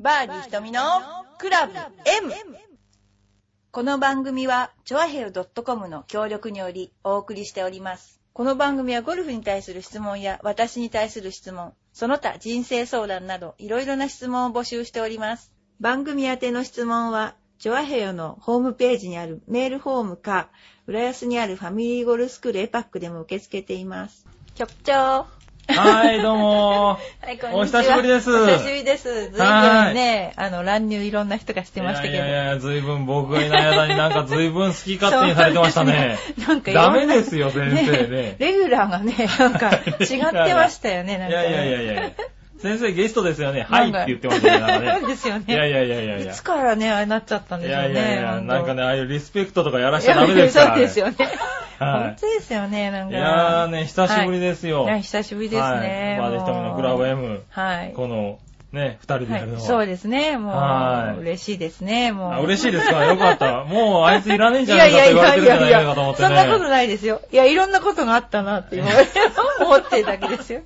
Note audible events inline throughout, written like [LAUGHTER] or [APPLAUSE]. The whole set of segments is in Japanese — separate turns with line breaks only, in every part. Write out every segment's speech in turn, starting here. バーディー瞳のクラブ M! この番組は、チョアヘヨ .com の協力によりお送りしております。この番組はゴルフに対する質問や私に対する質問、その他人生相談などいろいろな質問を募集しております。番組宛ての質問は、チョアヘヨのホームページにあるメールフォームか、浦安にあるファミリーゴルフスクールエパックでも受け付けています。局長
はい、どうも
はい、
こんにちはお久しぶりです
お久しぶりです。随分ね、あの、乱入いろんな人がして
ー。
ましたけど。
いやいやいや、随分僕がいない間になんか随分好き勝手にされてまし
[LAUGHS]
たね。
なんかいろ
ダ
んな
メですよ、先生ね。
レギュラーが [LAUGHS]
[LAUGHS]
ね、なんか違ってましたよね、
い
な
や
ん
い
かね。
やいやいや。先生ゲストですよね。
な
は
ん
いっ
か
て言ってましたね。なん
そ [LAUGHS] う
かね
ですよね。
いやいやいやいやいや
つ。からね、あれなっちゃったんで
い
しょう
や
ね。
いやいや、
本当
なんかね、ああいうリスペクトとかやらしちゃダメですから。
そうですよね。
はい
本当ですよね、なん
い
か。
やーね、久しぶり
す
ですよ。
はい、久しぶりですね。
はいバーディー瞳のクラブ M。
はい。
この、ね、二人でやるの
は
は。
いそうですね、も
は
う、
い
嬉しいですね、も
あ
う。
嬉しいですかよかった。もうあいついらねえん
い
じゃな
や
い
い
かと
やい
言われ
や
てる
い
んじゃ
や
ない
や
いかと思ってね。
そんなことないですよ。いや、いろんなことがあったなって今思ってるだけですよ。
[LAUGHS]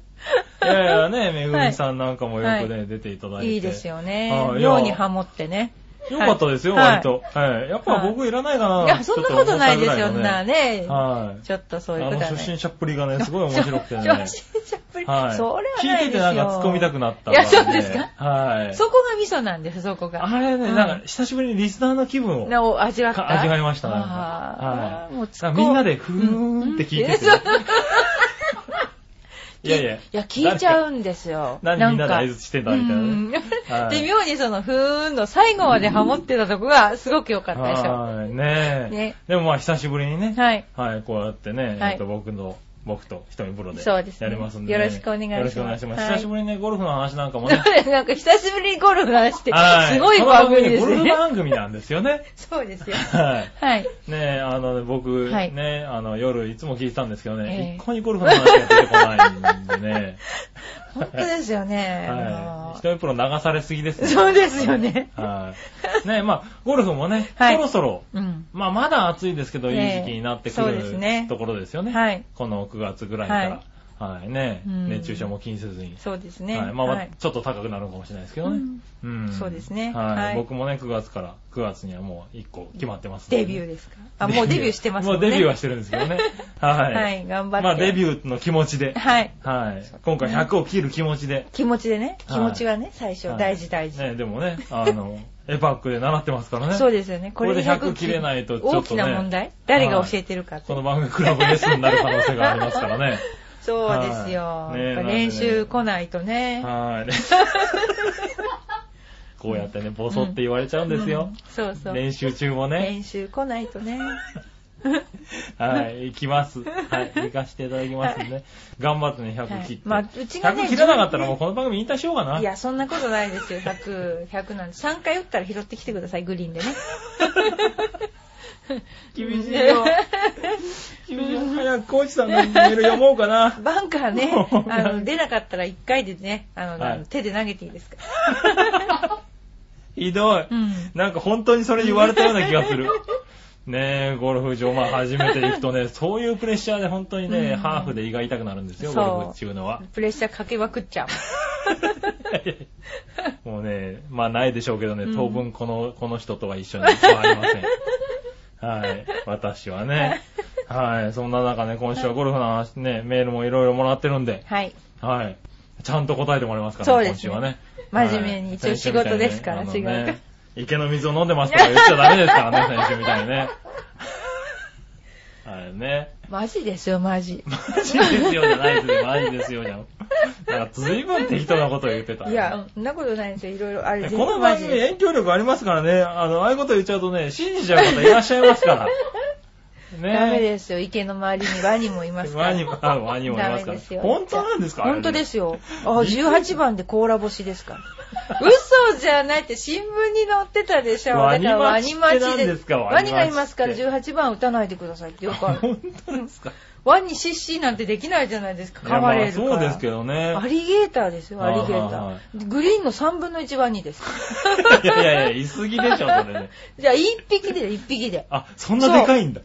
いやいやね、めぐみさんなんかもよくね、
は
出ていただいて。
いいですよね
あ。いや
妙にハモってね。
よかったですよ、
はい
割と。はい。やっぱ僕いらないかな。
いや、そんなことないです
ちょ
よ、
っ
そ
と思
ん
った
な
ぐ
ね。
らいのね。はい。
ちょっとそう
あ
いう
の
ことは
初
ね
心。者っぷりがね、すごい面白
[LAUGHS]
くてね。
初心者っぷり。それ
は
はない
い。
ですよ。
聞いててなんか突っ込みたくなった
い
から
や、
ね。
そうですか
はい。
そこが味噌なんです、そこが。
あれね、
うん
なんか久しぶりにリスナーの気分を
なお、味わった
か味わいましたね。
あ
は
ーもう
い。
突っ込
みんなでふーんって聞いてて。いやいや。
いや、聞いちゃうんですよ。
何
な
み
ん
ん
か
なで相槌してたみたいなね。
うん
はい
で、妙にその、ふーんの最後までハモってたとこが、すごく良かったでしょ。
はい、ねえ。
ね
でもまあ久しぶりにね、
はい。
はい、こうやってね、
はい
えっと僕の、僕と瞳プロで
そうですね
やりますんで、
よろしくお願いします
よろくお願いします。
はい
久しぶりにね、ゴルフの話なんか
[LAUGHS]
もね、
なんか、久しぶりにゴルフの話して、
は
すごい番組で
こ
す
の番ねゴル
ね
フ。番組なんですよね。
[LAUGHS] そうですよ。
はい。
はい。
ねえ、あの、僕、
はい
ね、あの、夜いつも聞いてたんですけどね
ええ、
一向にゴルフの話が出てこないんでね、
本当ですよね。 [LAUGHS] あ
は
の
い。瞳プロ流されすぎですね。
そうですよね
はい。ねえ、まあ、ゴルフもね、そ
はい
ろそろ、
うん。
まあ、まだ暑いですけど、いい
ええ
時期になってく
そうですね
るところですよね。
はい
この9月ぐらいから。はい。ね、
うん
熱中症も気にせずに。
そうですね。
はい。まあま
は
あ
い、
ちょっと高くなるのかもしれないですけどね。うん。
そうですね
はい。
はい
僕もね、9月から、9月にはもう1個決まってますん
デビュー
で。
ですかあ、もうデビューしてます
[LAUGHS]
も
もうんデ
ね。
ビューはしてるんですけ
[LAUGHS]
どね。はい。
はい頑張って
まあ、デビューの気持ちで。
はい。
はい。今回100を切る気持ちで。
気持ちでね。
はい
気持ちはね、最初、
はい
大事大事。
ね、でもね、あの、エパックで習ってますからね。
そうですよね。
これで100切れないとちょっとね
大きな問題誰が教えてるかって
こ。の番組クラブレッスンになる可能性がありますからね。
そうですよ。
はいね
やっぱ練習来ないとね。 [LAUGHS]
はい。こうやってね、ボソって言われちゃうん
う
ですよ
ん。そうそう。
練習中もね。
練習来ないとね。
はい、行きます。はい、行かせていただきますんで。頑張ってね、100切って。
はいまあうちがね
100切らなかったらもうこの番組引退しようかな。
いや、そんなことないですよ。100、100なんで。3回打ったら拾ってきてください、グリ
[LAUGHS]
ーンでね。
厳しい
[LAUGHS]
よ。厳しいよ。早くコーチさんのメール読もうかな。、
バンカーねあの、出なかったら1回でね、あの、
はい
手で投げていいですか
ひどい。
うん
なんか本当にそれ言われたような気がす
[LAUGHS]
る。ねえ、ゴルフ場、まあ初めて行くとね、そういうプレッシャーで本当にね、
うん
ハーフで胃が痛くなるんですよ、
そう
ゴルフっていうのは。
プレッシャーかけまくっちゃう。
もうね、まあないでしょうけどね、
うん
当分この、この人とは一緒にはありません。
[LAUGHS]
はい。私はね。はい。そんな中ね、今週はゴルフの話ね、メールもいろいろもらってるんで、
はい。
はい。ちゃんと答えてもらえますから
そうですね
今週はね。
真面目に
はい
一応仕事ですから
先週みた
仕
いにねあのね池の水を飲んでますとか言っちゃダメですから
[LAUGHS]
ね、先週みたいにね。はいね。 [LAUGHS]
マジですよ、マジ。
マジですよじゃないですよ、マジですよじゃん。なんか随分適当なこと言ってた、
いや、そんなことないんですよ。いろいろ、あれ、
ね
全
この
部マ
番
ジ
組
です。
影響力ありますからね、あの、ああいうこと言っちゃうとね、信じちゃう方いらっしゃいま
[LAUGHS]
すから。ね
ダメ
す。
ですよ。池の周りにワニもいますから。
ワニも、あワニもいま
ダ
す
メ
から
ですよ。
本当なんですか
本当です
よ。
よ。あ、18番で甲羅干しですから。 [LAUGHS] 嘘じゃないって新聞に載ってたでしょ。
ワニ
だからワニ
待ちって
待ち
何
で
ですか
ワ
ワ
ニ
ニ待ちって
がいますから18番打たないでくださいってよくある。
本当ですか
ワニシッシーなんてできないじゃないですか。噛まれるから。
いやまあそうですけどね。
アリゲーターですよ、アリゲー
はい
タ
は
ー。グリーンの3分の1ワニです。
いやいやいや、言い過ぎでしょ、それね。
じゃあ、1匹で、1匹で。
あ、そんなでかいんだ。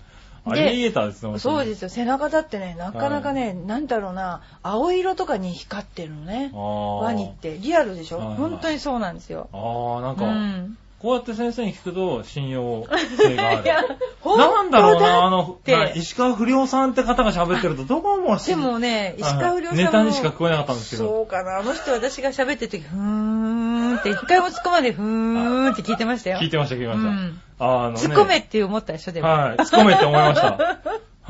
アリゲーターですね、。
そうですすよ。背中だってね、なかなかね、なんだろうな、青色とかに光ってるのね
あ。ー
ワニって。リアルでしょ、
はいはい
本当にそうなんですよ。
あー、なん
う
か、
ん。
こうやって先生に聞くと信用性があ
[LAUGHS]
る。
いや、本当
なんだろうな、あの、
て
な石川不良さんって方が喋ってると、どこもし
でもね、石川不良さんも
ネタにしか聞こえなかったんですけど。
そうかな。あの人私が喋ってる時、ふーんって、一回も突っ込までふーんって聞いてましたよ。
聞いてました、聞いてました。
うん
あのね、
突っ込めって思ったでしょ、でも。
はい、突っ込めって思いました。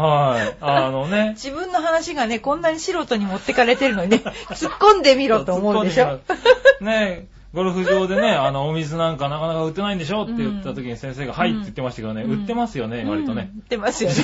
はい、あのね。
自分の話がね、こんなに素人に持ってかれてるのにね、 [LAUGHS] 突っ込んでみろと思うでし
突っ
ょ。
込んみますねゴルフ場でね、あの、お水なんかなかなか売ってないんでしょって言った時に先生が、はいって言ってましたけどね、
うん
売ってますよね、割とね
うん。。出ますよね。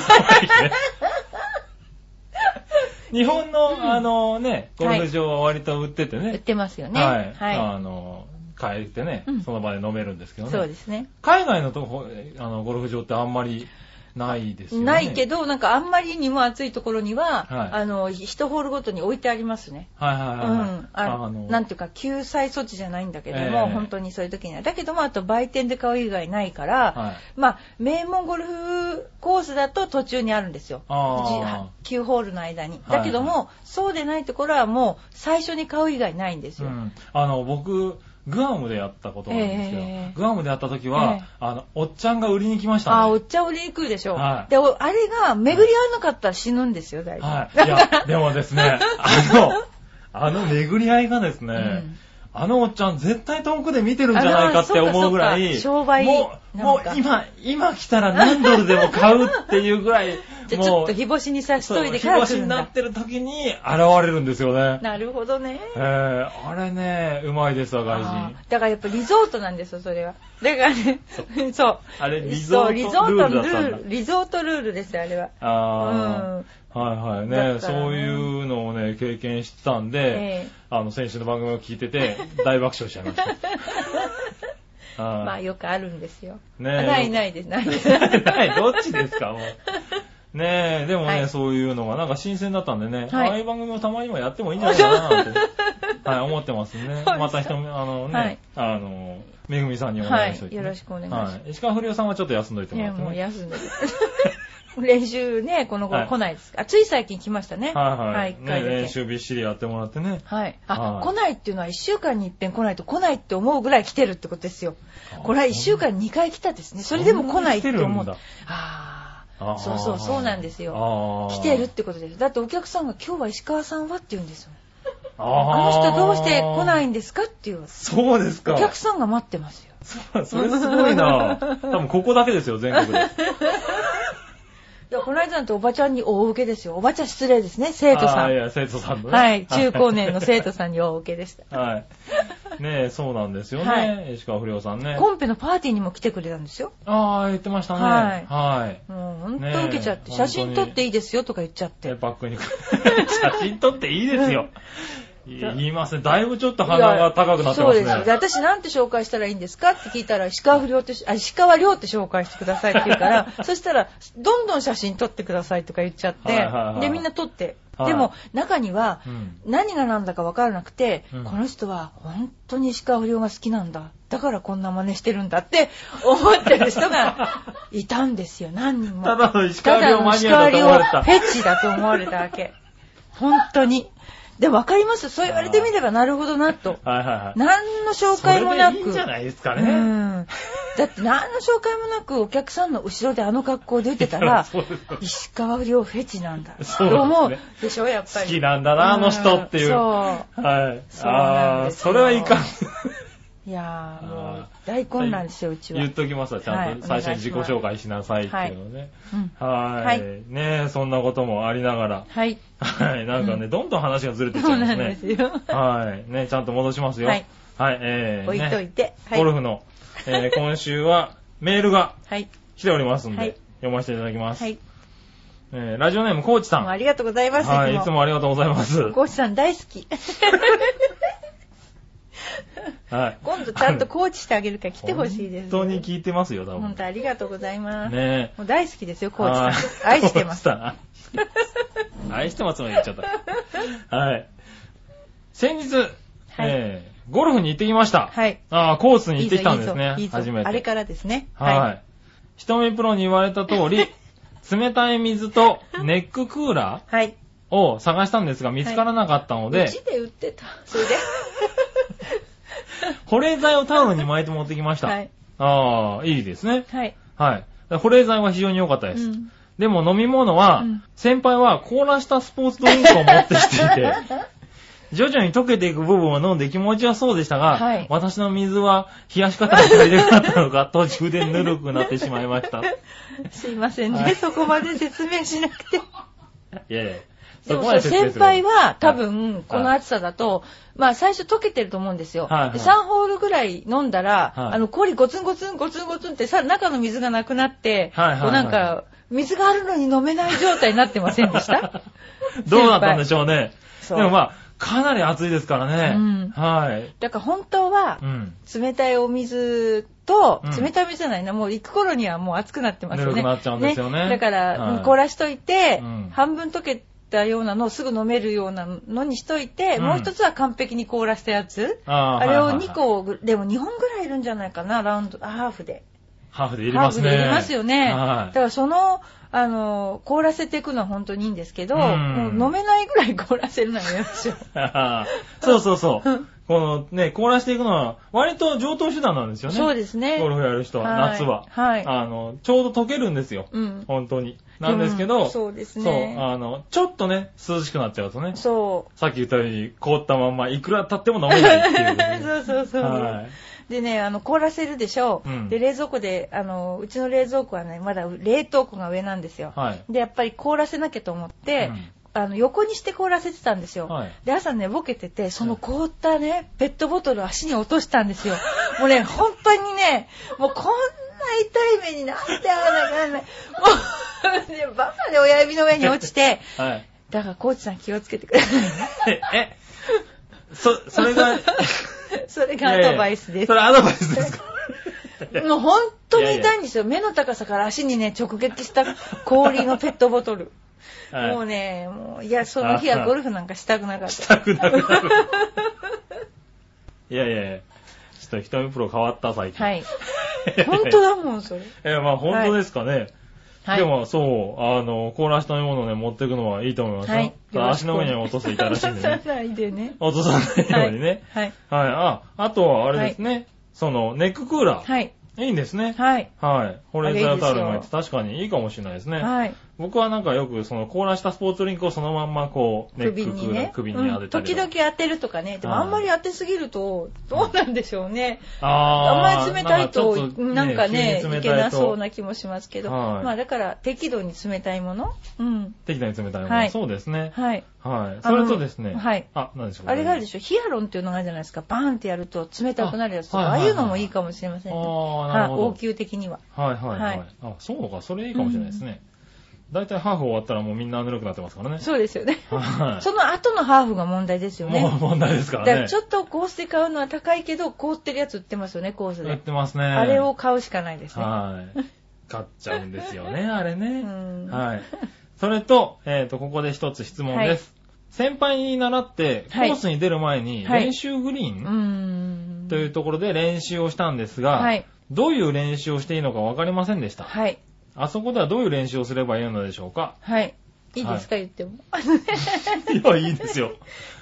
日本の、あのね、ゴルフ場は割と売ってて
売っ
ね。
てますよね。
はい。
は
あの、買えてね
うん、
その場で飲めるんですけ
い。
ど
そう
ね。
ですね。
海外のとこ、あの、ゴルフ場ってあんまりないですよね。
ないけ
ど。
ど、なんかあんまりにも暑いところには、
はい
あの、一ホールごとに置いてありますね。
はいはいうはいはい。
ん。あ
の
なんていうか、救済措置じゃないんだけども、
ええ
本当にそういう時には。だけども、あと売店で買う以外ないから、
はい
まあ、名門ゴルフコースだと途中にあるんですよ。
あ
9ホールの間に。
はい
だけども、そうでないところはもう最初に買う以外ないんです
う
よ。
ん、あの僕グアムでやったことがあるんですけど、
ええ
グアムでやった時は、
ええ
あのおっちゃんが売りに来ましたね
ああ、おっちゃん売りに来るでしょ。
はい
で、おあれが巡り合わなかったら死ぬんですよ、大体。
はいいやでも
[LAUGHS]
ですねあのあの巡り合いがですね、
うん
あのおっちゃん絶対遠くで見てるんじゃないかって思うぐら
あ
い、
そうかそうか商売
もう、
なの
も
か、
う今、今来たら何ドルでも買うっていうぐらい
[LAUGHS] じゃあちょ
も
っと
う、
日干しにさし
そ
と
う
いて
日
から
干
来
し
るん
にな
だ
っ。てる時に現れるんですよね。
なるほどね。
えー、あれね、うまいですわ、外
あ
人。
ーだからやっぱリゾートなんですよ、それは。だからね、 [LAUGHS] そう。
あれリゾート
そうリゾートのル
ルールだった
ー
ん
ル、
だ
リゾートルールですよ、あれは。
ああ、はいはい
だから
ね
ね
そういうのをね、経験してたんで、
ええ
あの、先週の番組を聞いてて、大爆笑しちゃい
[LAUGHS]
ました。はい
まあよくあるんですよ。
ね
あないないです、ないです。
ない、どっちですか、も
[LAUGHS]
う。ねえ、でもね、
はい
そういうのがなんか新鮮だったんでね、
はい
ああいう番組もたまにもやってもいいんじゃないかなと、
[LAUGHS]
はい、思ってますね。
か
また人も、あのね、
はい
あの、めぐみさんにお
は
願いしとい
い。
てね、
よろしくお願いします
は。い。石川不良さんはちょっと休んどいて
い
もら
や、
って、ね。
もう休んでる。 [LAUGHS] 練習ね、この頃
はい
来ないです。あ、つい最近来ましたね。
はいはい。
はい、一回
ね、
だけ
練習びっしりやってもらってね。
はい。あ、
はい
来ないっていうのは一週間に一遍来ないと来ないって思うぐらい来てるってことですよ。これは一週間に2回来たですね。それでも来ないって
そん
思
な
う
に来てるんだ。
あ
あ
あ、
ー
そうそう、そうなんですよ。
あー
来てるってことです。だってお客さんが今日は石川さんはって言うんですよ。
あ
あの人どうして来ないいんですかっていう。
そうですか
お。客さんが待ってますよ。
そうそれすご
[LAUGHS]
いな。多分ここだけですよ、全国で。
いや、この間なんておばちゃんに大受けですよ。おばちゃん失礼ですね、生徒さ
あーい
ん。
や、生徒さんのね。 [LAUGHS]
はい、中高年の生徒さんに大受けでした。
はい。ねえ、そうなんですよね。
は
石川不良さんね。
コンペのパーティーにも来てくれたんですよ。
ああ、言ってましたね。
はい
はい。
もう本
ね
当
え
受けちゃって、写真撮っていいですよとか言っちゃっ
で、
て。
バックに、 [LAUGHS] 写真撮っていいですよ。い言いますね。だいぶちょっと鼻が高くなって
いやそ
ま
うです。で
すね。
私なんて紹介したらいいんですかって聞いたら、石川不良って、あ、石川良って紹介してくださいって言う
[LAUGHS]
から、そしたら、どんどん写真撮ってくださいとか言っちゃって、
はいはいはい
で、みんな撮って。
はい
でも、中には、
うん
何が何だか分からなくて、
うん
この人は本当に石川不良が好きなんだ。だからこんな真似してるんだって思ってる人
[LAUGHS]
がいたんですよ、何人も。
ただの石川遼マニアだと思われた
ただの石川遼フェチだと思われたわけ。本当に。で、わかりますそう言われてみればなるほどなと。
はいはいはい。
何の紹介もなく。
それでいいんじゃないですか
う
ね。
ん。だって何の紹介もなくお客さんの後ろであの格好出てた
いや
ら
[LAUGHS] そうですよ、
石川遼フェチなんだ。
そうですね
と思うでしょ、やっぱ
好
り。
きなんだな、あの人っていう。
ん
は
そそ
い。
うな
あ
ん
あ、
ですよ
それは
[LAUGHS]
いかん。
う。いやー、もう
あー
大混乱ですよ、うちは。
言っときますわ、ちゃんと
は
最
い
初に自己紹介しなさいっていうのね。
うん
は。
はいい
ねえ、そんなこともありながら。
はい。
はい。なんかね、どんどん話がずれてっち
そ
ゃ
う
いま
な
す
んで
ね
す。よ。
はい。ね、ちゃんと戻しますよ。
は
はい
い。
えー。
置いとい
ね
て。はい
ゴルフの、
[LAUGHS]
えー今週はメールが
はい。
来ておりますん
は
で
い、
読ませていただきます
は。い。
えーラジオネーム、コーチさ
もうあ
ん。
りがとうございます。
はい。いつもありがとうございます。
コーチさん大好
[LAUGHS]
き。
はい。
今度ちゃんとコーチしてあげるから来てほしいです。
本当に聞いてますよ、多
本
分。
当ありがとうございます。
ねえ。
もう大好きですよ、コ
は
ー
い
チさん。愛してま。
[LAUGHS]
す
コ。ーチさん愛してますまで言っちゃった。はい。先日、えーゴルフに行ってきました。
はい。
ああ、コースに
い
行
いぞ
ってきたんですね
いい。ぞいいぞ
初めて。
あれからですね。 [LAUGHS]
はい。瞳プロに言われた通り、冷たい水とネッククーラ
はい。
ーを探したんですが見つからなかったので、
うちで売ってた。そ
[LAUGHS]
れで
保冷剤をタオルに巻いて持ってきました。
はい。
ああ、いいですね。
はい。
はい。保冷剤は非常に良かった
う
です。
ん。
でも飲み物は、
うん
先輩は凍らしたスポーツドリンクを持ってきてい
[LAUGHS]
て、徐々に溶けていく部分を飲んで気持ちはそうでしたが、
はい
私の水は冷やし方が足りなかったのか、途中でぬるくなってしまいました。い
すいませんね、
はい
そこまで説明しなくて。
やいや、
で
そ
も
こ
そ
ま
の
で説明
先
する
輩は多、分この暑さだと、まあ最初溶けてると思うんですよ。
はいはい
で3ホールぐらい飲んだら、
はい
あの氷ゴツンゴツンゴツンゴツンってさ中の水がなくなって、
はいはいはい
こうなんか水があるのに飲めない状態になってませんでした
[LAUGHS] どうだったんでしょうね。で
そう
もまあ、かなり暑いですからね。
うん
はい。
だから本当は
うん。
冷たいお水と、
うん
冷たい水じゃないな、もう行く頃にはもう熱くなってますよね。
ぬるくなっちゃうんですよね
だから、
はい
うん凍らしといて、
うん
半分溶けたようなのをすぐ飲めるようなのにしといて、
うん
もう一つは完璧に凍らしたやつ。
あー
あれ
はい
を
はいはい
2個ぐ、でも2本ぐらいいるんじゃないかな、ラウンド、ハーフで。
ハーフで入れ
ハー
ます
フ
ね。
でいりますよね。
は
だからその、あの、凍らせていくのは本当にいいんですけど、
うん
もう飲めないぐらい凍らせるのはやめましょう。
い。 [LAUGHS] そうそうそう。このね、凍らしていくのは、割と上等手段なんですよね。
そうですね。
ゴルフやる人は、
はい
夏は。
はい
あの、ちょうど溶けるんですよ。
うん。
本当に。なんですけど、
うんそうですね
そうあの、ちょっとね、涼しくなっちゃうとね、
そう。
さっき言ったように、凍ったまんま、いくら経っても飲めないっていうことで。
そう [LAUGHS] そうそう。
はい。
でね、あの、凍らせるでしょう。
うん
で、冷蔵庫で、あの、うちの冷蔵庫はね、まだ冷凍庫が上なんですよ。
はい。
で、やっぱり凍らせなきゃと思って、あの、横にして凍らせてたんですよ。
はい
で、朝ね、ボケてて、その凍ったね、ペットボトルを足に落としたん
[LAUGHS]
ですよ。もうね、本当にね、もうこんな痛い目になってあわなかんない。もう、ね、バカで親指の上に落ちて、
うんはい。
だから、コーチさん気をつけてくださいね。
[LAUGHS] え、え、そ、そ
[LAUGHS]
れが、
それがアドバイスです。
いやいやそれアドバイ
[LAUGHS]
スですか
もう本当に痛いんですよ。目の高さから足にね、直撃した氷のペットボトル。
はい
もうね、もう、いや、その日はゴルフなんかしたくなかっ。
したたくなくなる。いやいやいや、ちょっと瞳プロ変わった最近。 [LAUGHS]
は
い
い。本当だもん、それ。
や、まあ本当ですかね。
はい。
でもそう、あの、凍らした飲み物をね、持ってくのはいいと思いますよ。
はい
ただ足の上には落とすと痛いらしいんでね
落。とさないでね。
落とさないようにね。
はい。
はい、あ、あとはあれですね。その、ネッククーラー。
はい。
い、いんですね。
はい。
はい。保冷剤をタオルに巻い
あれいい
て
です
確かにいいかもしれないですね。
はい。
僕はなんかよくその凍らしたスポーツドリンクをそのまんまこう、ネック
首
ク
に
ーラー
ね。
首に当てたりとか、
うん時々当てるとかね。でもあんまり当てすぎると、どうなんでしょうね。
あ
あんまり冷たいと、なんかね、いけなそう
な。
な気もしますけど。
はい
まあだから、適度に冷たいもの。うん。
適度に冷たいもの、
はい
そうですね。
はい。
はい。それとですね。
あのはい
あ、何でしょう
あれがあるで
し
しょヒアロンっていうのがあるじゃないですか。バーンってやると冷たくなるやつとか、
あ
あ
は
あ
い
いうのもいいかもしれませんね。
ああ、な
は
る
い、
ほど。
応急的には。
はいはいはい。
はい
あ、そうか、それいいかもしれないですね。だいたいハーフ終わったらもうみんなぬるくなってますからね。
そうですよね。
はい。
その後のハーフが問題ですよね。
もう問題ですか
だから
ね。
らちょっとコースで買うのは高いけど、凍ってるやつ売ってますよね、コース
やっ
で。
てますね。
あれを買うしかないですね。
はい。買っちゃうんですよね、あれね
う。ん
はい。それと、えっ、と、ここで一つ質問です。先輩に習って、コ
はい
ースに出る前に、
はい
練習グリー
う
ン、
ーん。
というところで練習をしたんですが、
はい。
どういう練習をしていいのか分かりませんでした。
はい。
あそこではどういう練習をすればいいのでしょ
[LAUGHS]
うか
はい。いいですか、言っても。
いや、いいですよ。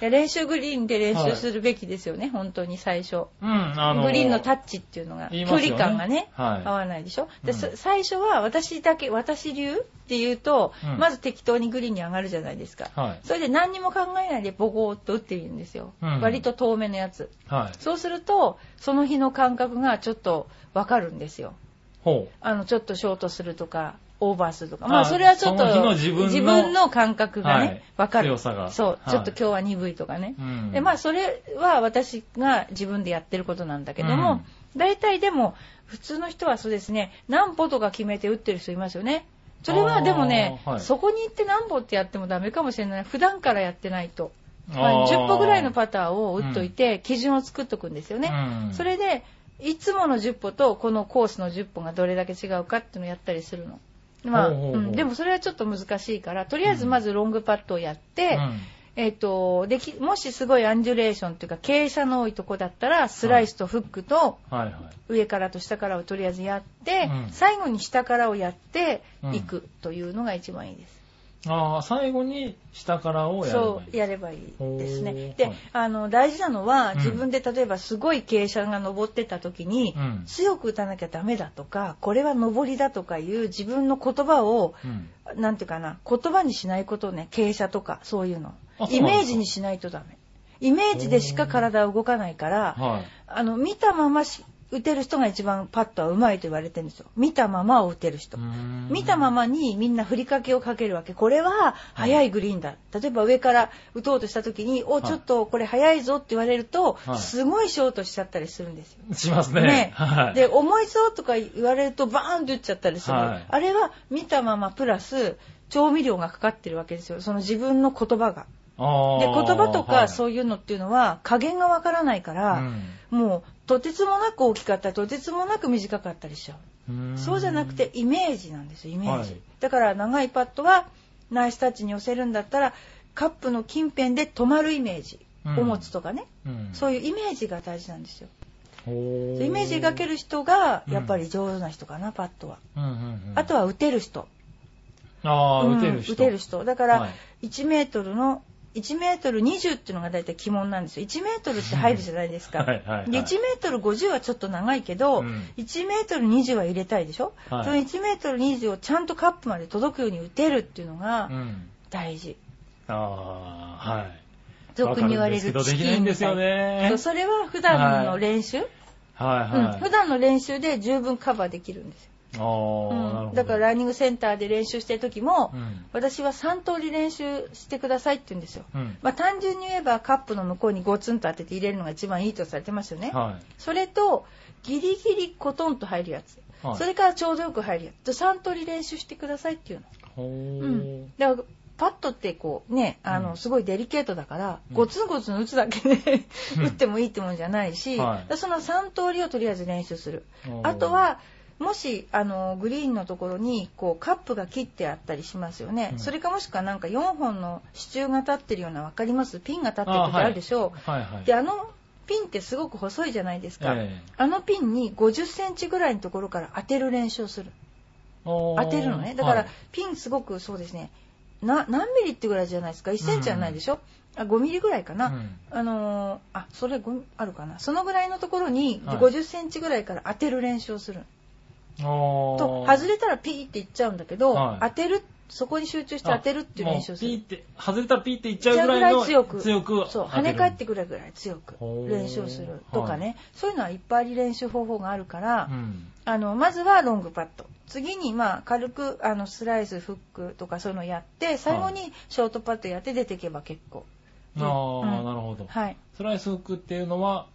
いや練習グリーンで練習するべきですよね、本当に最初。
うん、あの
グリーンのタッチっていうのが、
言いま
距
すよね
離感がね、
はい
合わないでしょ。で、
うん
さ最初は私だけ、私流っていうと、
うん
まず適当にグリーンに上がるじゃないですか。
はい。
それで何にも考えないでボゴーっと打ってみるんですよ。
うん
割と遠目のやつ。
はい。
そうすると、その日の感覚がちょっとわかるんですよ。
ほ
あの、ちょっとショートするとか、オーバーするとか。まあ、
あ
それはちょっと
その日の自分の
分の感覚が
はい
ね、わ、かる。
強さが
そう、
はい
ちょっと今日は鈍いとかね。
う。うん。
でまあそれは私が自分でやってることなんだけども、大体でも普通の人はそうですね何歩とか決めて打ってる人いますよねそれ
あ
は
ー
でもね、
はい
そこに行って何歩ってやってもダメかもしれない普段からやってないと、
あー、
まあ、10歩ぐらいのパターを打っといて、基準を作っとくんですよね、
うん
それでいつもの10歩とこのコースの10歩がどれだけ違うかっていうのをやったりするのまあ
ほうほうほう
うんでもそれはちょっと難しいからとりあえずまずロングパットをやって、
うん
えっ、と、でき、もしすごいアンジュレーションというか、傾斜の多いとこだったら、スライスとフックと、
はいはい。
上からと下からをとりあえずやって、
うん
最後に下からをやって
うん
いくというのが一番いいです。
ああ、最後に下からをやればいい。
そう、やればいいですね。
おー
で、
はい
あの、大事なのは、
うん
自分で例えばすごい傾斜が登ってた時に、
うん。
強く打たなきゃダメだとか、これは上りだとかいう自分の言葉を、
うん。
なんていうかな、言葉にしないことね、傾斜とか、そういうの
あ。そう
イ
なんですか
メージにしないとダメ。イメージでしか体は動かないから、
はい。
あの、見たままし打てる人が一番パッとは上手いと言われてるんですよ。見たままを打てる人。見たま
ま。
まにみんな振りかけをかけるわけ。これは速いグリーンだ。例えば上から打とうとした時に、お、
い
ちょっとこれ速いぞって言われると
は、い
すごいショートしちゃったりするんですよ。
しますね。
ね
はい。
で、重いぞとか言われるとバーンって打っちゃったりする。
はい
あれは見たままプラス調味料がかかってるわけですよ。その自分の言葉が。
あ
で、言葉とかそう
いう
いうのっていうのは加減がわからないから、もうとてつもなく大きかったり、とてつもなく短かったりしちゃう。
うん
そうじゃなく、てイメージなんですよイメージ、
はい
だから長いパットはナイスタッチに寄せるんだったらカップの近辺で止まるイメージを持つとかね、
うん
そういうイメージが大事なんですよ
ほー
イメージがける人がやっぱり上手な人かな、パットは
うんうんうん
あとは打てる人、
ああ、
うん
打てる人。
だから、
はい
1メートルの1メートル20っていうのが大体鬼門なんですよ。1メートルって入るじゃないですか。
はいはいはい
で1メートル50はちょっと長いけど、
うん
1メートル20は入れたいでしょ、
はい
その1メートル20をちゃんとカップまで届くように打てるっていうのが
うん。
大事。
ああ、はい。
俗に言われるチキン
わかるんですけどできないんですよね
そうそれは普段の練習、
はい
うん
はい。
普段の練習で十分カバーできるんですよ。
ああ、な
う
るほ
ん、
ど。
だから、ランニングセンターで練習してる時も、
うん。
私は3通り練習してくださいって言うんですよ。
うん。
まあ、単純に言えばカップの向こうにゴツンと当てて入れるのが一番いいとされてますよね。
は
それとギリギリコトンと入るやつ、
い。はい。
それからちょうどよく入るやつ3通り練習してくださいっていうの。
ほー、
うん、だからパッとってこうねあ
う
の
ん
すごいデリケートだから、
うん
ゴツンゴツン打つだけで [LAUGHS]
うん
打ってもいいってもんじゃないし、
はい
だからその3通りをとりあえず練習する。
おー
あと、はもしあのグリーンのところにこうカップが切ってあったりしますよね、
うん
それかもしくはなんか4本の支柱が立ってるような分かりますピンが立ってる時あるでしょう
はいはい。
であのピンってすごく細いじゃないですか、
ええ
あのピンに50センチぐらいのところから当てる練習をする
当
当てるのねだから
はい、
ピンすごくそうですねな何ミリってぐらいじゃないですか1センチじゃないでしょ、あ5ミリぐらいかな、
うん
あのーあそれ5あるかなそのぐらいのところに
はい
50センチぐらいから当てる練習をする、
おー
と外れたらピーっていっちゃうんだけど、
は
当
い
てるそこに集中して当てるっていう練習をす
もう
る
ピーって、外れたらピーっていっちゃうぐらいの
強く
強く
そう跳
当てる
ね返ってくるぐらい強く
ほう
練習をするとかね、そういうのはいっぱい練習方法があるから、
うん。
あのまずはロングパット次にまあ軽くあのスライスフックとかそういうのやって最後にショートパットやって出ていけば結構
ああ、
うん
なるほど。
はい
スライスフックっていうのは、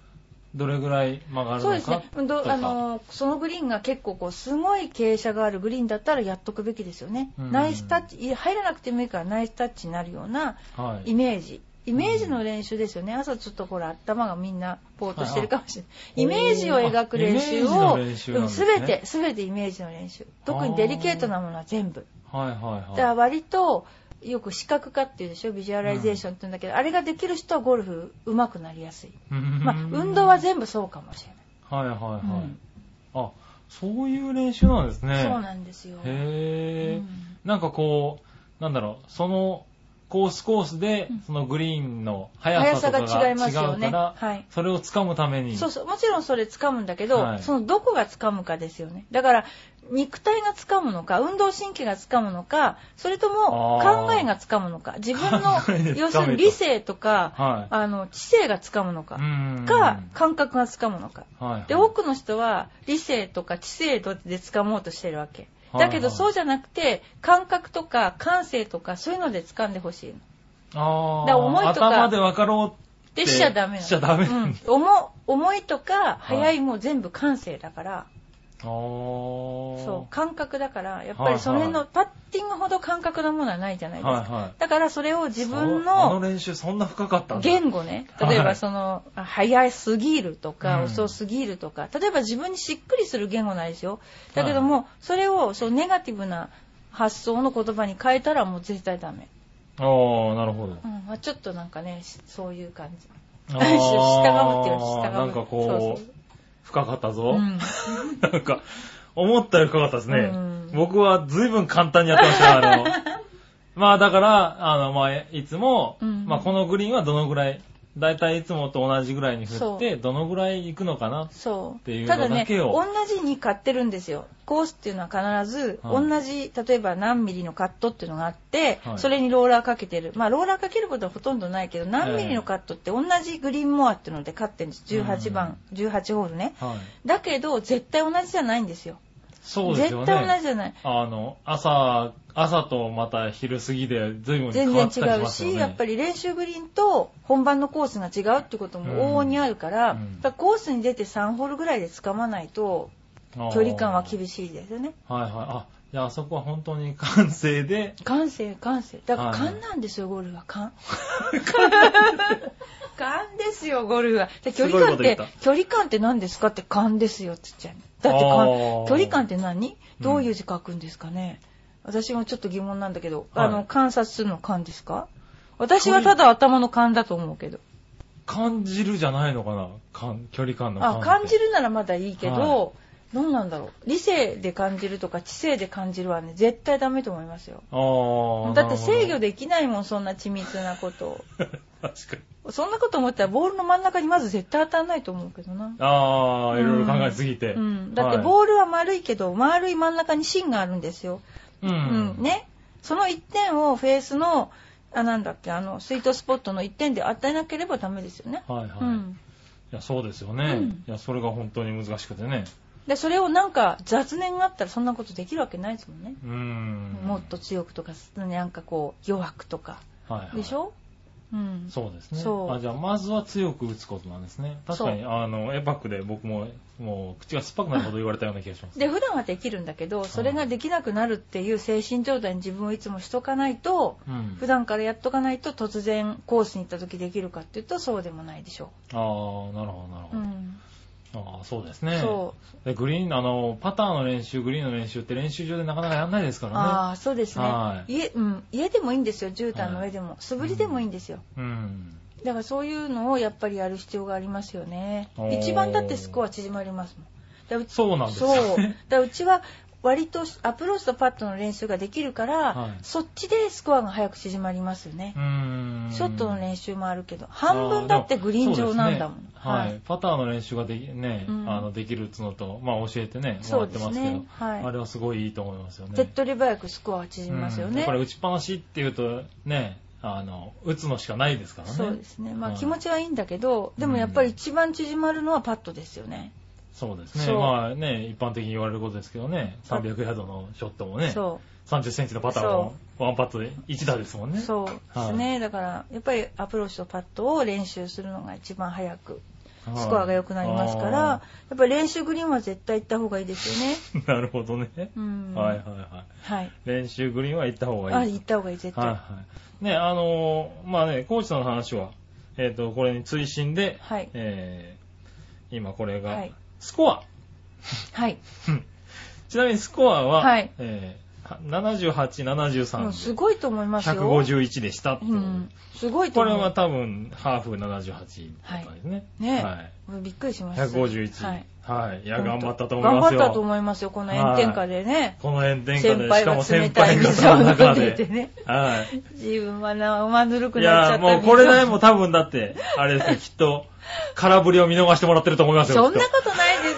どれぐらい曲がるのか
そうですね
と
ど
か
あのそのグリーンが結構こうすごい傾斜があるグリーンだったらやっとくべきですよね、
うん
ナイスタッチい入らなくてもいいからナイスタッチになるような
はい。
イメージイメージの練習ですよね朝ちょっとほら頭がみんなぼーっとしてるかもしれないイメージを描く練習
お
を
ーあイメージの練習なんですね
うん全て全てイメージの練習特にデリケートなものは全部
はいはいはい。
だから割とよく視覚化っていうでしょビジュアライゼーションって言うんだけど、あれができる人はゴルフ上手くなりやすい、まあ、運動は全部そうかもしれ
はいはいは
う
い。
ん
あ、そういう練習なんです
な
ね。
い、そうなんですよ、
へえ、
うん
なんかこう、なんだろう、そのコースコースで、そのグリーンの速さとか
速さが
が
違いますよ
違う
ね
から、
はい
それを掴むために。
そうそうもちろんそれ掴むんだけど、
はい
そのどこが掴むかですよねだから肉体が掴むのか運動神経が掴むのかそれとも
あー
考えが掴むのか自分
考えで掴め
の
と
要するに理性とか、
はい
あの知性が掴むのか、
うん
か感覚が掴むのか
はいはい、
で多くの人は理性とか知性とで掴もうとしてるわけ
はい
だけどそうじゃなくて感覚とか感性とかそういうので掴んでほしいの
あー
だから思いとか
頭で分かろうって。
でしちゃダメなの
しちゃダメ
う
なんんだ、
重重いとか
はい
速いも全部感性だから
あー
そう感覚だからやっぱりその辺
は
のパッティングほど感覚なものはないじゃないです
はい
か
はい。
だからそれを自分
そうあの
の
練習そんな深かったんだ
言語ね
はい
例えばその速すぎると
う
か
ん
遅すぎるとか例えば自分にしっくりする言語ないですよだけどもそれをそうネガティブな発想の言葉に変えたらもう絶対ダメ
ああ、なるほど。
うん、まあちょっとなんかね、しそういう感じ。下
あ
が向ってる、
ー
下が向ってる。
なんかこう、深かった
う
ぞ
う。ん。
[LAUGHS] なんか、思ったより深かったですね
う。ん
僕は随分簡単にやってましたよ、あ
[LAUGHS]
の。まあだから、あの、まあいつも、
うん
まあこのグリーンはどのぐらい、だいたいいつもと同じぐらいに振っ
そ
て、どのぐらい行くのかな。
そう。
っていうの
ただ
だ
ね、
けを
同じに買ってるんですよ。コースっていうのは必ず、
はい
同じ、例えば何ミリのカットっていうのがあって、
はい
それにローラーかけてる。まあ、ローラーかけることはほとんどないけど、何ミリのカットって同じグリーンモアっていうので買ってるんです。18番、18ホールね。
はい。
だけど、絶対同じじゃないんですよ。
そうですよね。
絶対同じじゃない。
あの、朝、朝とまた昼過ぎで随分変
全
わ
然
ったりし
違う
ますよ
し、
ね。
やっぱり練習グリーンと本番のコースが違うってことも往々にあるから、
うんうん
だからコースに出て3ホールぐらいで掴まないと、
あー
距離感は厳しいですよね。
はいはい。あ、じゃああそこは本当に完成で、
感性感性だから
はい
勘なんですよ、ゴルフは
[LAUGHS]
勘勘ですよゴルフはで距離感っ
すごい
て
こと言った
距離感って何ですかって勘ですよつっちゃうだって
あ
勘
ー
距離感って何どういう字書くんですかね、私もちょっと疑問なんだけど、
はい
あの観察するの勘ですか私はただ頭の勘だと思うけど
感じるじゃないのかな感距離感の感
あ
って
感じるならまだいいけど、
は
どうなんだろう理性で感じるとか知性で感じるはね絶対ダメと思いますよ
あー
だって制御
で。
できないもんそんな緻密なことを
[LAUGHS] 確かに。
そんなこと思ったらボールの真ん中にまず絶対当たんないと思うけどな。
ああ、いろいろ考えすぎて。
うん。だって
ー
ボールは丸いけど、丸い真ん中に芯があるんですよ。
ル、
う
うん
ん。。ね。その1点をフェースの、あ、なんだっけ、あの、スイートスポットの1点で与えなければダメですよね。
はいはい。
うん。
いや、そうですよね、
うん
いや、それが本当に難しくてね。
で、それをなんか雑念があったらそんなことできるわけないですもんね。
うーん。
もっと強くとか、なんかこう、弱くとか。
はい、はい。
でしょうん。
そうですね。
そう
あじゃあ、まずは強く打つことなんですね。確かに、あの、エパックで僕も、もう、口が酸っぱくなるほど言われたような気がします。
で普段はできるんだけどそれができなくなるっていう精神状態に自分をいつもしとかないと
うん
普。段からやっとかないと突然コースに行った時できるかっていうとそうでもないでしょ
ああ、なるほど、なる
う、う
ほど。
ん
ああ、そうですね。。
そう
で、グリーン、あの、パターの練習、グリーンの練習って練習場でなかなかやんないですからね。
ああそうですね
はい
家,、うん、家でもいいんですよ絨毯の上でも、素振りでもいいんですよ
うん。
だからそういうのをやっぱりやる必要がありますよね
おー
一番だってスコア縮まりますもんだからうち
そうなんですよ、
そう。だからうちは割とアプローチとパットの練習ができるから、
はい
そっちでスコアが早く縮まりますよね、
うーん。
ショットの練習もあるけど、半分だってグリーン上なんだもん。
はい、パターの練習ができ,、ね
うん
あのできるっつのと、まあ、教えてねも
そ
ら
う
っ
で
て
す
ますけど
ね。は
あ
い。
れはすごいいいと思いますよね
手っ取り早くスコアは縮みますよ
うん
ね
やっぱ。り打ちっぱなしっていうとねあの打つのしかないですからね
そうですね。まあ
はい
気持ちはいいんだけど、でもやっぱり一番縮まるのはパットですよね。
そうですね
そう
まあね一般的に言われることですけどね300ヤードのショットもね3
そ
0センチのパターもワンパットで1打ですもん
う。
ね
そうです
は
ね。だから、やっぱりアプローチとパットを練習するのが一番早く、
はい
スコアが良くなりますから、やっぱり練習グリーンは絶対行った方がいいですよね。
あーなるほどね、
うん。
はいはいはい
はい。
練習グリーンは行った方が
あ、
いい
行った方がいい、絶
はいは
対。
い。ね、あのーまあね、コーチさんの話は、えっ、と、これに追伸で、
はい。
えー、今これが、
はい
スコア。
はい。
ちなみにスコアは、
はい
えー、78、73
うんすごいと思いますよ。
151でしたっていうう、
ん、すごいと
こ
思
れ
う。
は多分、ハーフ78とかですね。
ね、
はい
もうびっくりしました。
151、
は
はいい。。いや、
本
頑
当
張ったと思います
頑
よ。
張ったと思いますよ、この炎天下でね。
この炎天下
先
で、し
輩
か
は
も
冷
先
たい
輩
水
方
を
の
飲ん
中
でいて
で。
ね。
はい。
自分はな、まぬるく
い
なっちゃ
や、
った
もうこれ
水
で
を
もう多分だって、あれですよ、きっと、空振りを見逃してもらってると思いますよ。
そんなことないで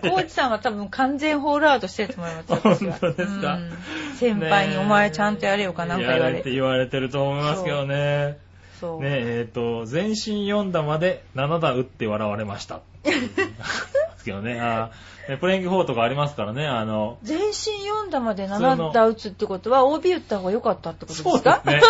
すよ。コーチさんは多分完全ホールアウトしてると思いますよ。私は
[LAUGHS] 本当ですか
うん先輩にお前ちゃんとやれよかなんか言われ
て。
て。
言われてると思いますけどね。
そう。
ねえ、えっ、と、全身4打まで7打打って笑われました。ですけどね、あーねプレイング4とかありますからね、あの、
全身4打まで
普通
7
の
打打つってことは OB 打った方が良かったってことで
そう
す
で
か
すね。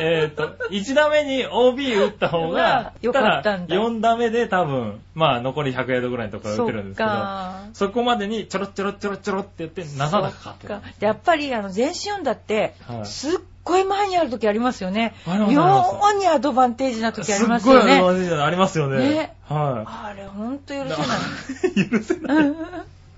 えっと、1打目に OB 打った方が、
よかったんだ
4打目で多分、まあ残り100ヤードぐらいのところ打ってるんですけど、
そっか
そこまでにちょろちょろちょろちょろってやって7打かかって
そ
る
っかでやっぱりあの全身音だって、
はい
すっごい前にある時ありますよね
ありますあります
妙にアドバンテージな時あります
すっごい
よ
あの
ね
マジでありますよね。
ね
は
あれほんと許
い。 [LAUGHS]
せない [LAUGHS]
許せない。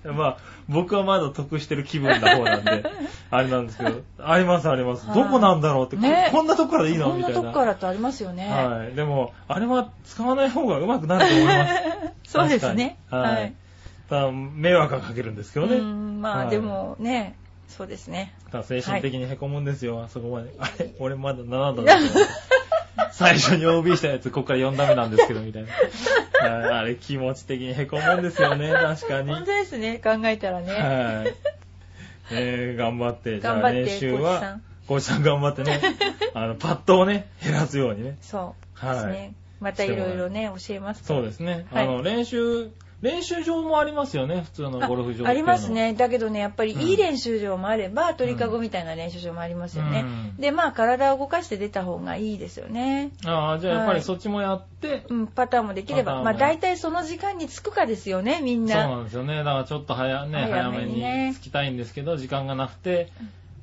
[LAUGHS] まあ、僕はまだ得してる気分な方なん
[LAUGHS]
で、あれなんですけど、ありますあります。
はい
どこなんだろうって、こ
ね
こんなとこからいいの
こん
みた
ないと
な。
こからってありますよね。
はい。でも、あれは使わない方がうまくなると思います。
[LAUGHS] そうですね。
確かにはい。ただ、迷惑はかけるんですけど
う
ね。
ん、まあ、
はい
でもね、そうですね。
ただ精神的にへこむんですよ、あそこまで。あれ俺まだ7だな。
[LAUGHS]
最初に OB したやつ、こっから4ダメなんですけど、みたいな。はいあれ気持ち的にへこむんですよね、確かに。
本当ですね、考えたらね。
はい。えー、頑張って、じゃ
頑張
あ
っ
練
てコー
習
チさ
は
ん、
コーチさん頑張っ
[LAUGHS]
てね、あの、パッドをね、減らすようにね。
そう。
はい
ですね。またいろいろね、教えますから
そうですね。
はい
あの、練習、練習場もありますよね、普通のゴルフ場っていう
あ
のは
あります。ね。だけどね、やっぱり
うん
いい練習場もあれば、鳥かごみたいな練習場もありますよね。
うん
で、まあ、体を動かして出た方がいいですよね。
ああ、じゃあやっぱ
は
り
い
そっちもやって、
うん、パターンもできれば。
パターンも
まあ、大体その時間に着くかですよね、みん
そう
な。
なんですよね。だからちょっと早,、ね、早
早
め
め
に
にね
着きたいんですけど、時間がなくて、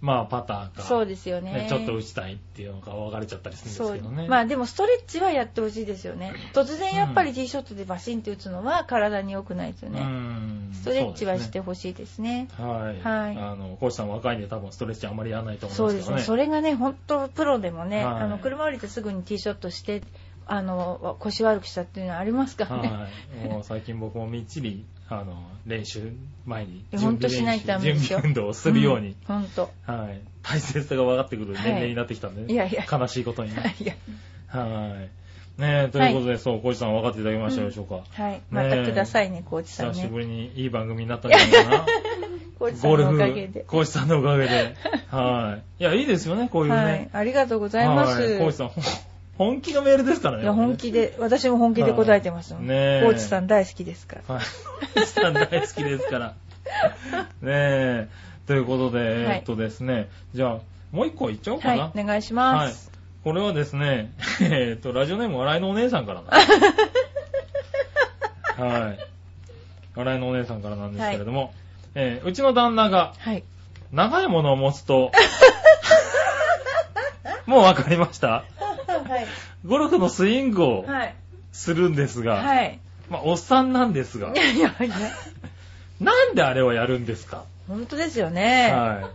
まあパターか、
そうですよ
ね
ね。
ちょっと打ちたいっていうのが分かれちゃったりするんです
そ
け
う
どね。
まあでもストレッチはやってほしいですよね突然やっぱりティーショットでバシンって打つのは体に良くないですよ
う
ね、
ん
ストレッチはし
そうですね
てほしいですね
はい。
はい
あの、コーチさん若いんで多分ストレッチあんまりやらないと思
そ
うん
う
で
ですす
けど
ね
ね。
それがね本当プロでもね、
はい
あの車降りてすぐにティーショットしてあの腰悪くしたっていうのはありますからね、
はい。もう最近僕もみっちり、あの、練習前に
いやほんとしないとダメで
準
すよ
備運動をするように、
本当
はい。大切さが分かってくる年齢になってきたんで、
はいいやいや
悲しいことにね。
[LAUGHS] いや
はい。ねえ、ということで、そう、コーチさん分かっていただきましたでしょうか。
はいまたくださいねコーチさん
久し
ね
ぶりにいい番組になったんじゃないかな。
コーチさん
ゴル
のお
フ
かげで、
コーチさんのおかげで。はい。いや、いいですよね、こういうね。
はいありがとうございます、
はいコーチさん、ほん本気のメールですからね。
いや本気で私も本気で答えてますもん、
はいねえ
コーチさん大好きですから
はい。コーチさん大好きです
[LAUGHS]
から。ねえ。ということで、
はい
えっとですね、じゃあ、もう一個いっちゃおうかな。
はいお願いします、
はいこれはですね、 [LAUGHS] えーっと、ラジオネーム笑いのお姉さんからなんです。はい。笑いのお姉さんからなんですけれども、えーうちの旦那が
はい。
長いものを持つ
[LAUGHS]
と、もうわかりました
はい。
ゴルフのスイングを
はい。
するんですが、
はい。
まあ、おっさんなんですが
い、やいやいや、
なんであれをやるんですか、
本当ですよね。
は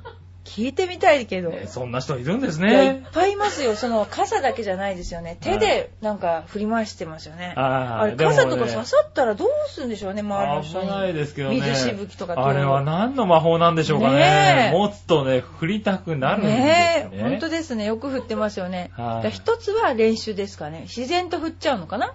聞いてみたいけど。
いねそんな人いるんです
いやいっ
ね。
ぱいいますよ。その傘だけじゃないですよね。手でなんか振り回してますよね。
あー
れ
でもね
傘とか刺さったらどうするんでしょうね、周りの人
危
に。
ないですけどね。
水しぶきとかっていうの
あれは何の魔法なんでしょうかね
ね。え
持つとね、振りたくなるんですよ
ね
ね。
え、本当ですね。よく振ってますよね。
はい
だから一つは練習ですかね。自然と振っちゃうのかな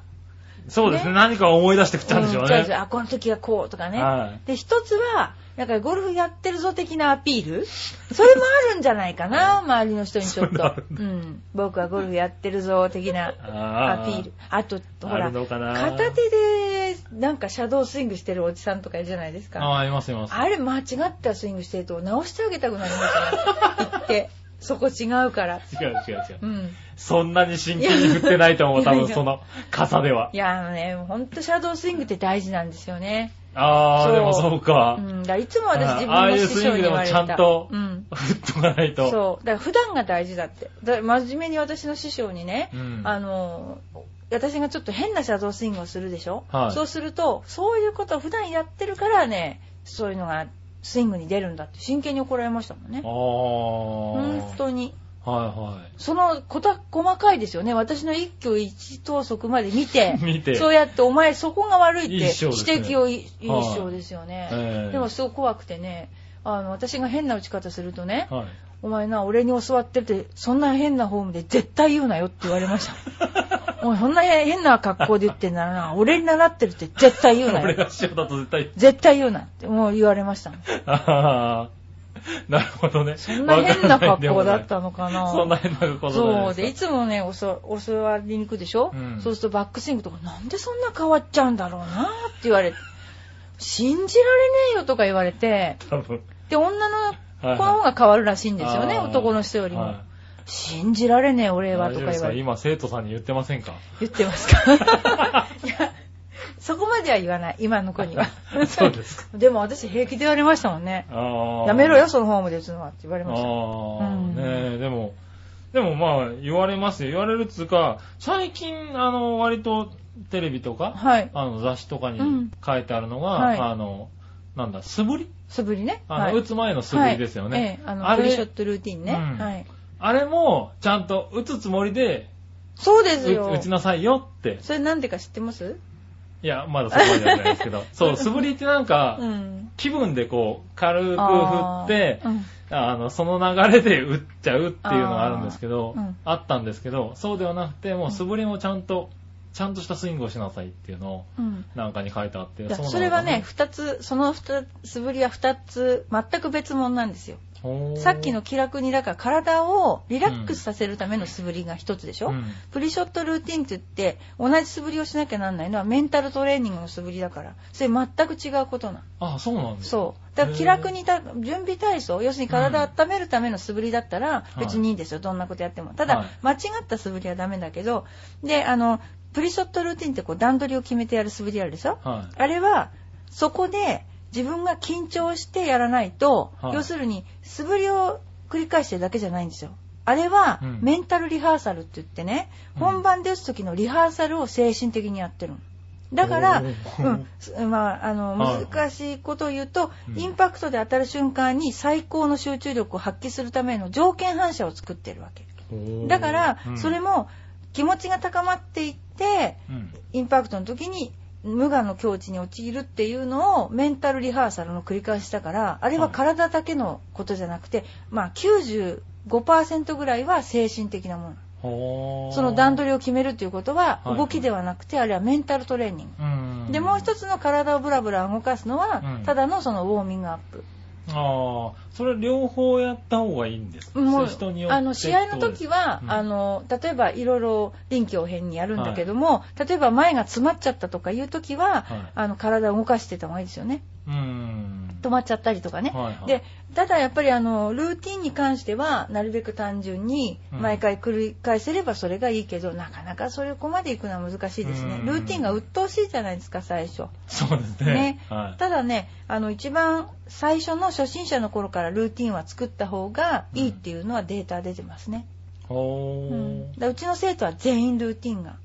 そうですね。何かを思い出して振っちゃうんでしょう
うん違う違う
ね。
あ、この時はこうとかね。
はい
で、一つは、なんかゴルフやってるぞ的なアピー
[LAUGHS]
ルそれもあるんじゃないかな、周りの人にちょっ
それあ
と
る。ん
う
だ
ん。僕はゴルフやってるぞ的な
あ
アピール。あと、ほ
あ
ら、
るのかな
片手でなんかシャドースイングしてるおじさんとかいるじゃないです
あ
か。
あ、いますいます。
あれ間違ったスイングしてると直してあげたくなりますよね。言
[LAUGHS]
って、そこ違うから。
違う違う違う。
うん。。
そんなに真剣に振ってないと思う、多分その傘ではい
や、あのね、ほんとシャドースイングって大事なんですよね。
ああ、
そう
でもそうか
う。ん。だからいつも私自分
ああ
の
い
師
うスイン
匠
グ
に
で
言わ
も
れ
ち
た。
ゃんと
うん。
振っとかないと。
そう。だから普段が大事だって。だから真面目に私の師匠にね、
うん
あの、私がちょっと変なシャドースイングをするでしょ、
はい
そうすると、そういうことを普段やってるからね、そういうのがスイングに出るんだって真剣に怒られましたもんね。本
あ
当に。
あ。はいはい。、
そのことは細かいですよね。私の一挙一投足まで見て
[LAUGHS] 見て
そうやってお前そこが悪いって
いい師匠ですね
指摘をいい
はい
一生ですよね。
ええ
でもすごく怖くてね、あの私が変な打ち方するとね、
はい。
お前な、俺に教わってて、そんな変なフォームで絶対言うなよって言われました。 [LAUGHS] お前そんな変な格好で言ってんならな、俺に習ってるって絶対言うな
[LAUGHS] 俺
よ。
が師匠だと絶対
絶対言うなってもう言われましたもん。
ああ、なるほどね。そ
そんな変な格好だったのかな。
そんな変な格好だったの
そうで、いつもね、教教わりに行くでしょ、
うん
そうするとバックスイングとか、なんでそんな変わっちゃうんだろうなって言われて、信じられねえよとか言われて、
多分。
で、女の子の方が変わるらしいんですよね、
あー
男の人よりも。
は
信じられねえ
い
俺はと
大丈夫
か
で
言
す
わ
か
れて
今生徒さんに言ってませんか
言ってますか [LAUGHS] いやそこまでは言わない今の子には
[LAUGHS] そうですか。
でも私平気で言われましたもんね
ああ。
やめろよそのホームで打つのはって言われ
あ
ました
あ、
うん
ねえ、でも、でもまあ、言われますよ。言われるっつうか、最近、あの、割とテレビとか、
はい
あの、雑誌とかに
うん
書いてあるのが、
はい
あの、なんだ、素振り
素振りね。
あの、
はい
打つ前の素振りですよね。
はいええ、あの、
あ
ト
れ
リショットルーティンね。
うん
はい。
あれも、ちゃんと打つつもりで、
そうで
う
すよ
打。ちなさいよって。
それなんでか知ってます
いや、まだそこまでじゃないです
[LAUGHS]
けど。そう、素振りってなんか、
うん。
気分でこう、軽く振
あー
って
う、ん
あの、その流れで打っちゃうっていうのがあるんですけど、
あー
あ,、
うん
ったんですけど、そうではなくて、もう素振りもちゃんと、ちゃんとしたスイングをしなさいっていうのを、
うん。
なんかに書いてあって、
いや
うなの
そ
かな
れはね、、二つ、その二つ、素振りは二つ、全く別物なんですよ。
ほー
さっきの気楽に、だから体をリラックスさせるための素振りが一つでしょ、
うん
プリショットルーティンって言って、同じ素振りをしなきゃなんないのはメンタルトレーニングの素振りだから。それ全く違うことなの。
あ、そうなんです
そう。だから気楽にた、準備体操、要するに体を温めるための素振りだったら、
うん
別にいいんですよ、どんなことやっても。ただ、
はい
間違った素振りはダメだけど、で、あの、プリショットルーティンってこう段取りを決めてやる素振りあるでしょ
は
あれは、そこで自分が緊張してやらないと、
はい
要するに素振りを繰り返してるだけじゃないんですよ。あれは、
うん
メンタルリハーサルって言ってね、
うん
本番出す時のリハーサルを精神的にやってるの。だから、
おー
うん、まあ、あの、
はい
難しいことを言うと、
うん
インパクトで当たる瞬間に最高の集中力を発揮するための条件反射を作ってるわけ。
い。
だから、それ
も、
も気持ちが高まっていって、
うん
インパクトの時に無我の境地に陥るっていうのをメンタルリハーサルの繰り返しだからあれは体だけのことじゃなくて、まあ95%ぐらいは精神的なも
ほ
の
ー
その段取りを決めるっていうことは
はい
動きではなくて、あれはメンタルトレーニング、
うん
でもう一つの体をブラブラ動かすのは、
うん
ただのそのウォーミングアップ
ああ、それ両方やった方がいいんですか
も
それ人によって
あの試合の時は、
うん
あの例えばいろいろ臨機応変にやるんだけども、例えば前が詰まっちゃったとかいう時は、
はい
あの体を動かしてた方がいいですよね
うん。
止まっちゃったりとかね、
はいはい
でただやっぱりあのルーティンに関してはなるべく単純に
うん
毎回繰り返せればそれがいいけど、なかなかそれこまでいくのは難しいですね
うん
ルーティンが鬱陶しいじゃないですか最初
そうですね。
ね
はい。
ただねあの一番最初の初心者の頃からルーティンは作った方がいいっていうのはデータ出てますね、
ほ
う
ー
ん、だからうちの生徒は全員ルーティンが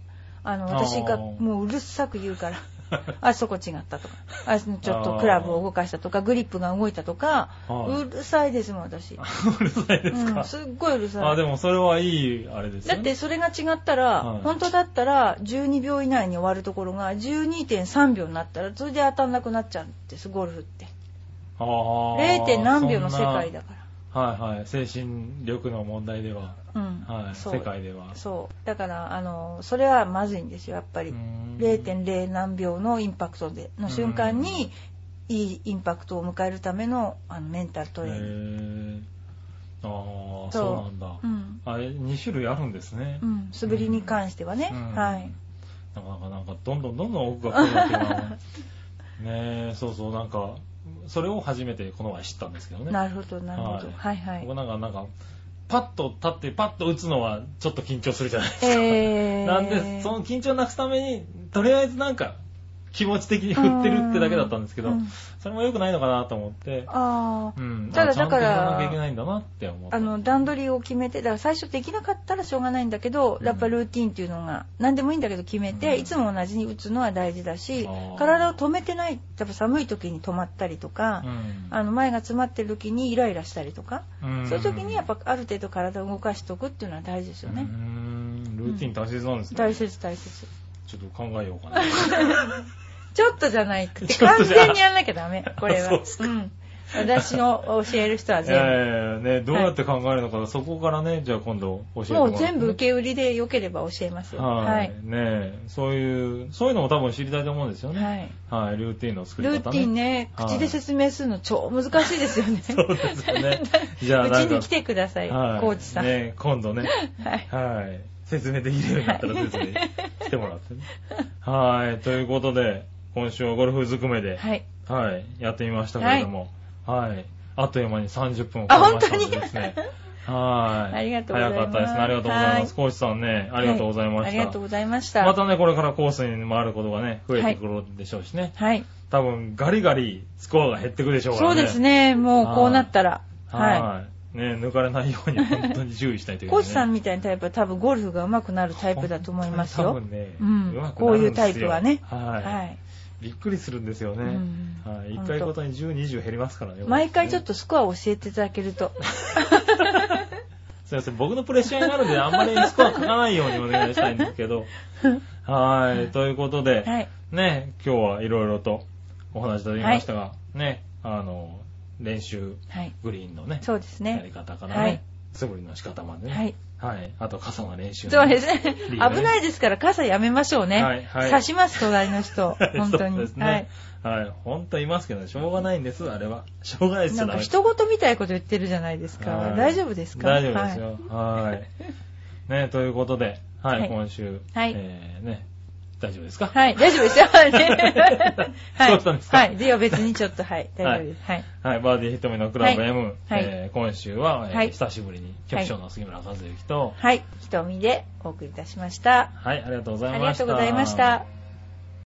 あの
あー
私がもううるさく言うから [LAUGHS] あそこ違ったとかあちょっとクラブを動かしたとかグリップが動いたとか
はいう
るさいですもん私、
[LAUGHS] うるさいです
うん、
か、
すっごいうるさい
あ、でもそれはいい、あれです
だ
よ
っ
ね。
てそれが違ったら、
はい
本当だったら12秒以内に終わるところが12.3秒になったらそれで当たんなくなっちゃうんですゴルフって
ああ
0. 何秒の世界だ。から
そんなはいはい。精神力の問題では、
うん、
はい。
そう
世界では。
そうだからあのそれはまずいんですよやっぱり
うーん
0.0何秒のインパクトでの瞬間にいいインパクトを迎えるためのあのメンタルトレーニング、
へーああ、そうなんだ。
うん
あれ、2種類あるんですね。
うん、滑りに関してはね、
うん
はい。
なかなかなんかどんどんどんどん奥が深くなってるなねえ、そうそう、なんか、それを初めてこの前知ったんですけどね。
なるほどなるほどはいはい、
僕なんか、なんか、パッと立ってパッと打つのはちょっと緊張するじゃないですか。
えー、
なんで、その緊張なくすために、とりあえずなんか、気持ち的に振ってるってだけだったんですけど、
うんうん
それも良くないのかなと思って、
あ
う
あ、
ん。
ただ
あちゃんと
だから
やらなきゃいけないんだなって思った。
あの、段取りを決めて、だから最初できなかったらしょうがないんだけど、
うん
やっぱルーティンっていうのが、何でもいいんだけど決めて、
うん
いつも同じに打つのは大事だし
あー、
体を止めてない、やっぱ寒い時に止まったりとか、
うん
あの、前が詰まってる時にイライラしたりとか、
うん
そういう時にやっぱある程度体を動かしておくっていうのは大事ですよ
う
ね。
んルーティン大切なんですね。
大切大切。
ちょっと考えようかな。
ちょっとじゃないって、
[LAUGHS] ちょっ
完
とじゃ
全にやんなきゃダ
[LAUGHS]
メ、これは。
そうっす
うん。私の教える人はい全部。
やいやいやね、どうやって考えるのか、そこからね、じゃあ今度教えてもら
も
って
う全部受け売りで良ければ教えますよ。
は
はいい。。
ねそういう、そういうのも多分知りたいと思うんですよね。
はい。
はい。ルーティンの作り
ル
方ね。
ーティンね、
はい
口で説明するの超難しいですよね。
そうです
[LAUGHS]
よねじゃあ
う
な
ち
んか
に来てください、
はい。
コーチさん。
ね今
[LAUGHS]
度ね。
はい。
はい。説明できるようになったら説明来てもらってね。はい。ということで、今週はゴルフずくめで、
はい。
はい。やってみましたけれども、はい。あっという間に30分を
あ
超え
本
まし
当
たの
に
でですね。はい。
[LAUGHS] ありがとうございます
早かったですね。ありがとうございます。
は
コーチさんね、ありがとうございま
は
し
あ
た。
りがとうございました。
またね、これからコースに回ることがね、増えてくるでしょうしね。
はい。
多分、ガリガリスコアが減ってくるでしょうか
そ
ら
う
ね。
です。ね、もうこうなったら。は
はい。ね、抜かれないように本当に注意したい
い。
という
コ
か
ー
ね
チさんみたいなタイプは多分ゴルフが上手くなるタイプだと思いますよ
本。当に多分ね、
うん
上手くなるんですよ
こういうタイプはね
はい。
はい。
びっくりするんですよ
う
ね。
ん
はい、
ほん
1
と
回ごとに10、20減りますからね。
毎回ちょっとスコアを教えていただける
[LAUGHS]
と。
すいません、僕のプレッシャーになるので、あんまりスコア書かないようにお願いしたいんです
[LAUGHS]
けど。はい、ということで、
はい。
ね、今日はいろいろとお話しいただきましたが、ね、あの、練習、
はい。
グリーンのね、
そうです
やり
ね。
方から
はい
ね、素振りの仕方までね。
はい。
はい。あと、傘の練習、
そうですね。
いいね
危ないですから傘やめましょうね。
はいはい
刺します、隣の人。本当に。
[LAUGHS] そうですね。はい。本当いますけどね、しょうがないんです、あれは。しょうがない
はい。
です
な
よ
ん
ダ
か
メ
人事みたいなこと言ってるじゃないですか。
はい
大丈夫ですか
大丈夫ですよ。はい。ね、ということで、はい、
はい
今週、
はい
えー、ね、大丈夫ですか
はい。はい。大丈夫ですよ。
[LAUGHS]
はい。はい
そうしたんですか
はい。では別にちょっと、はい。大丈夫です。はい。
はい、バーディーヒット目のクラブ M、
はい
えー今週は、えー
はい
久しぶりに局長の杉村和之と、
はい。瞳でお送りいたしました。
はい、ありがとうござ
あ
い
り
ま
が
した。
とうございました。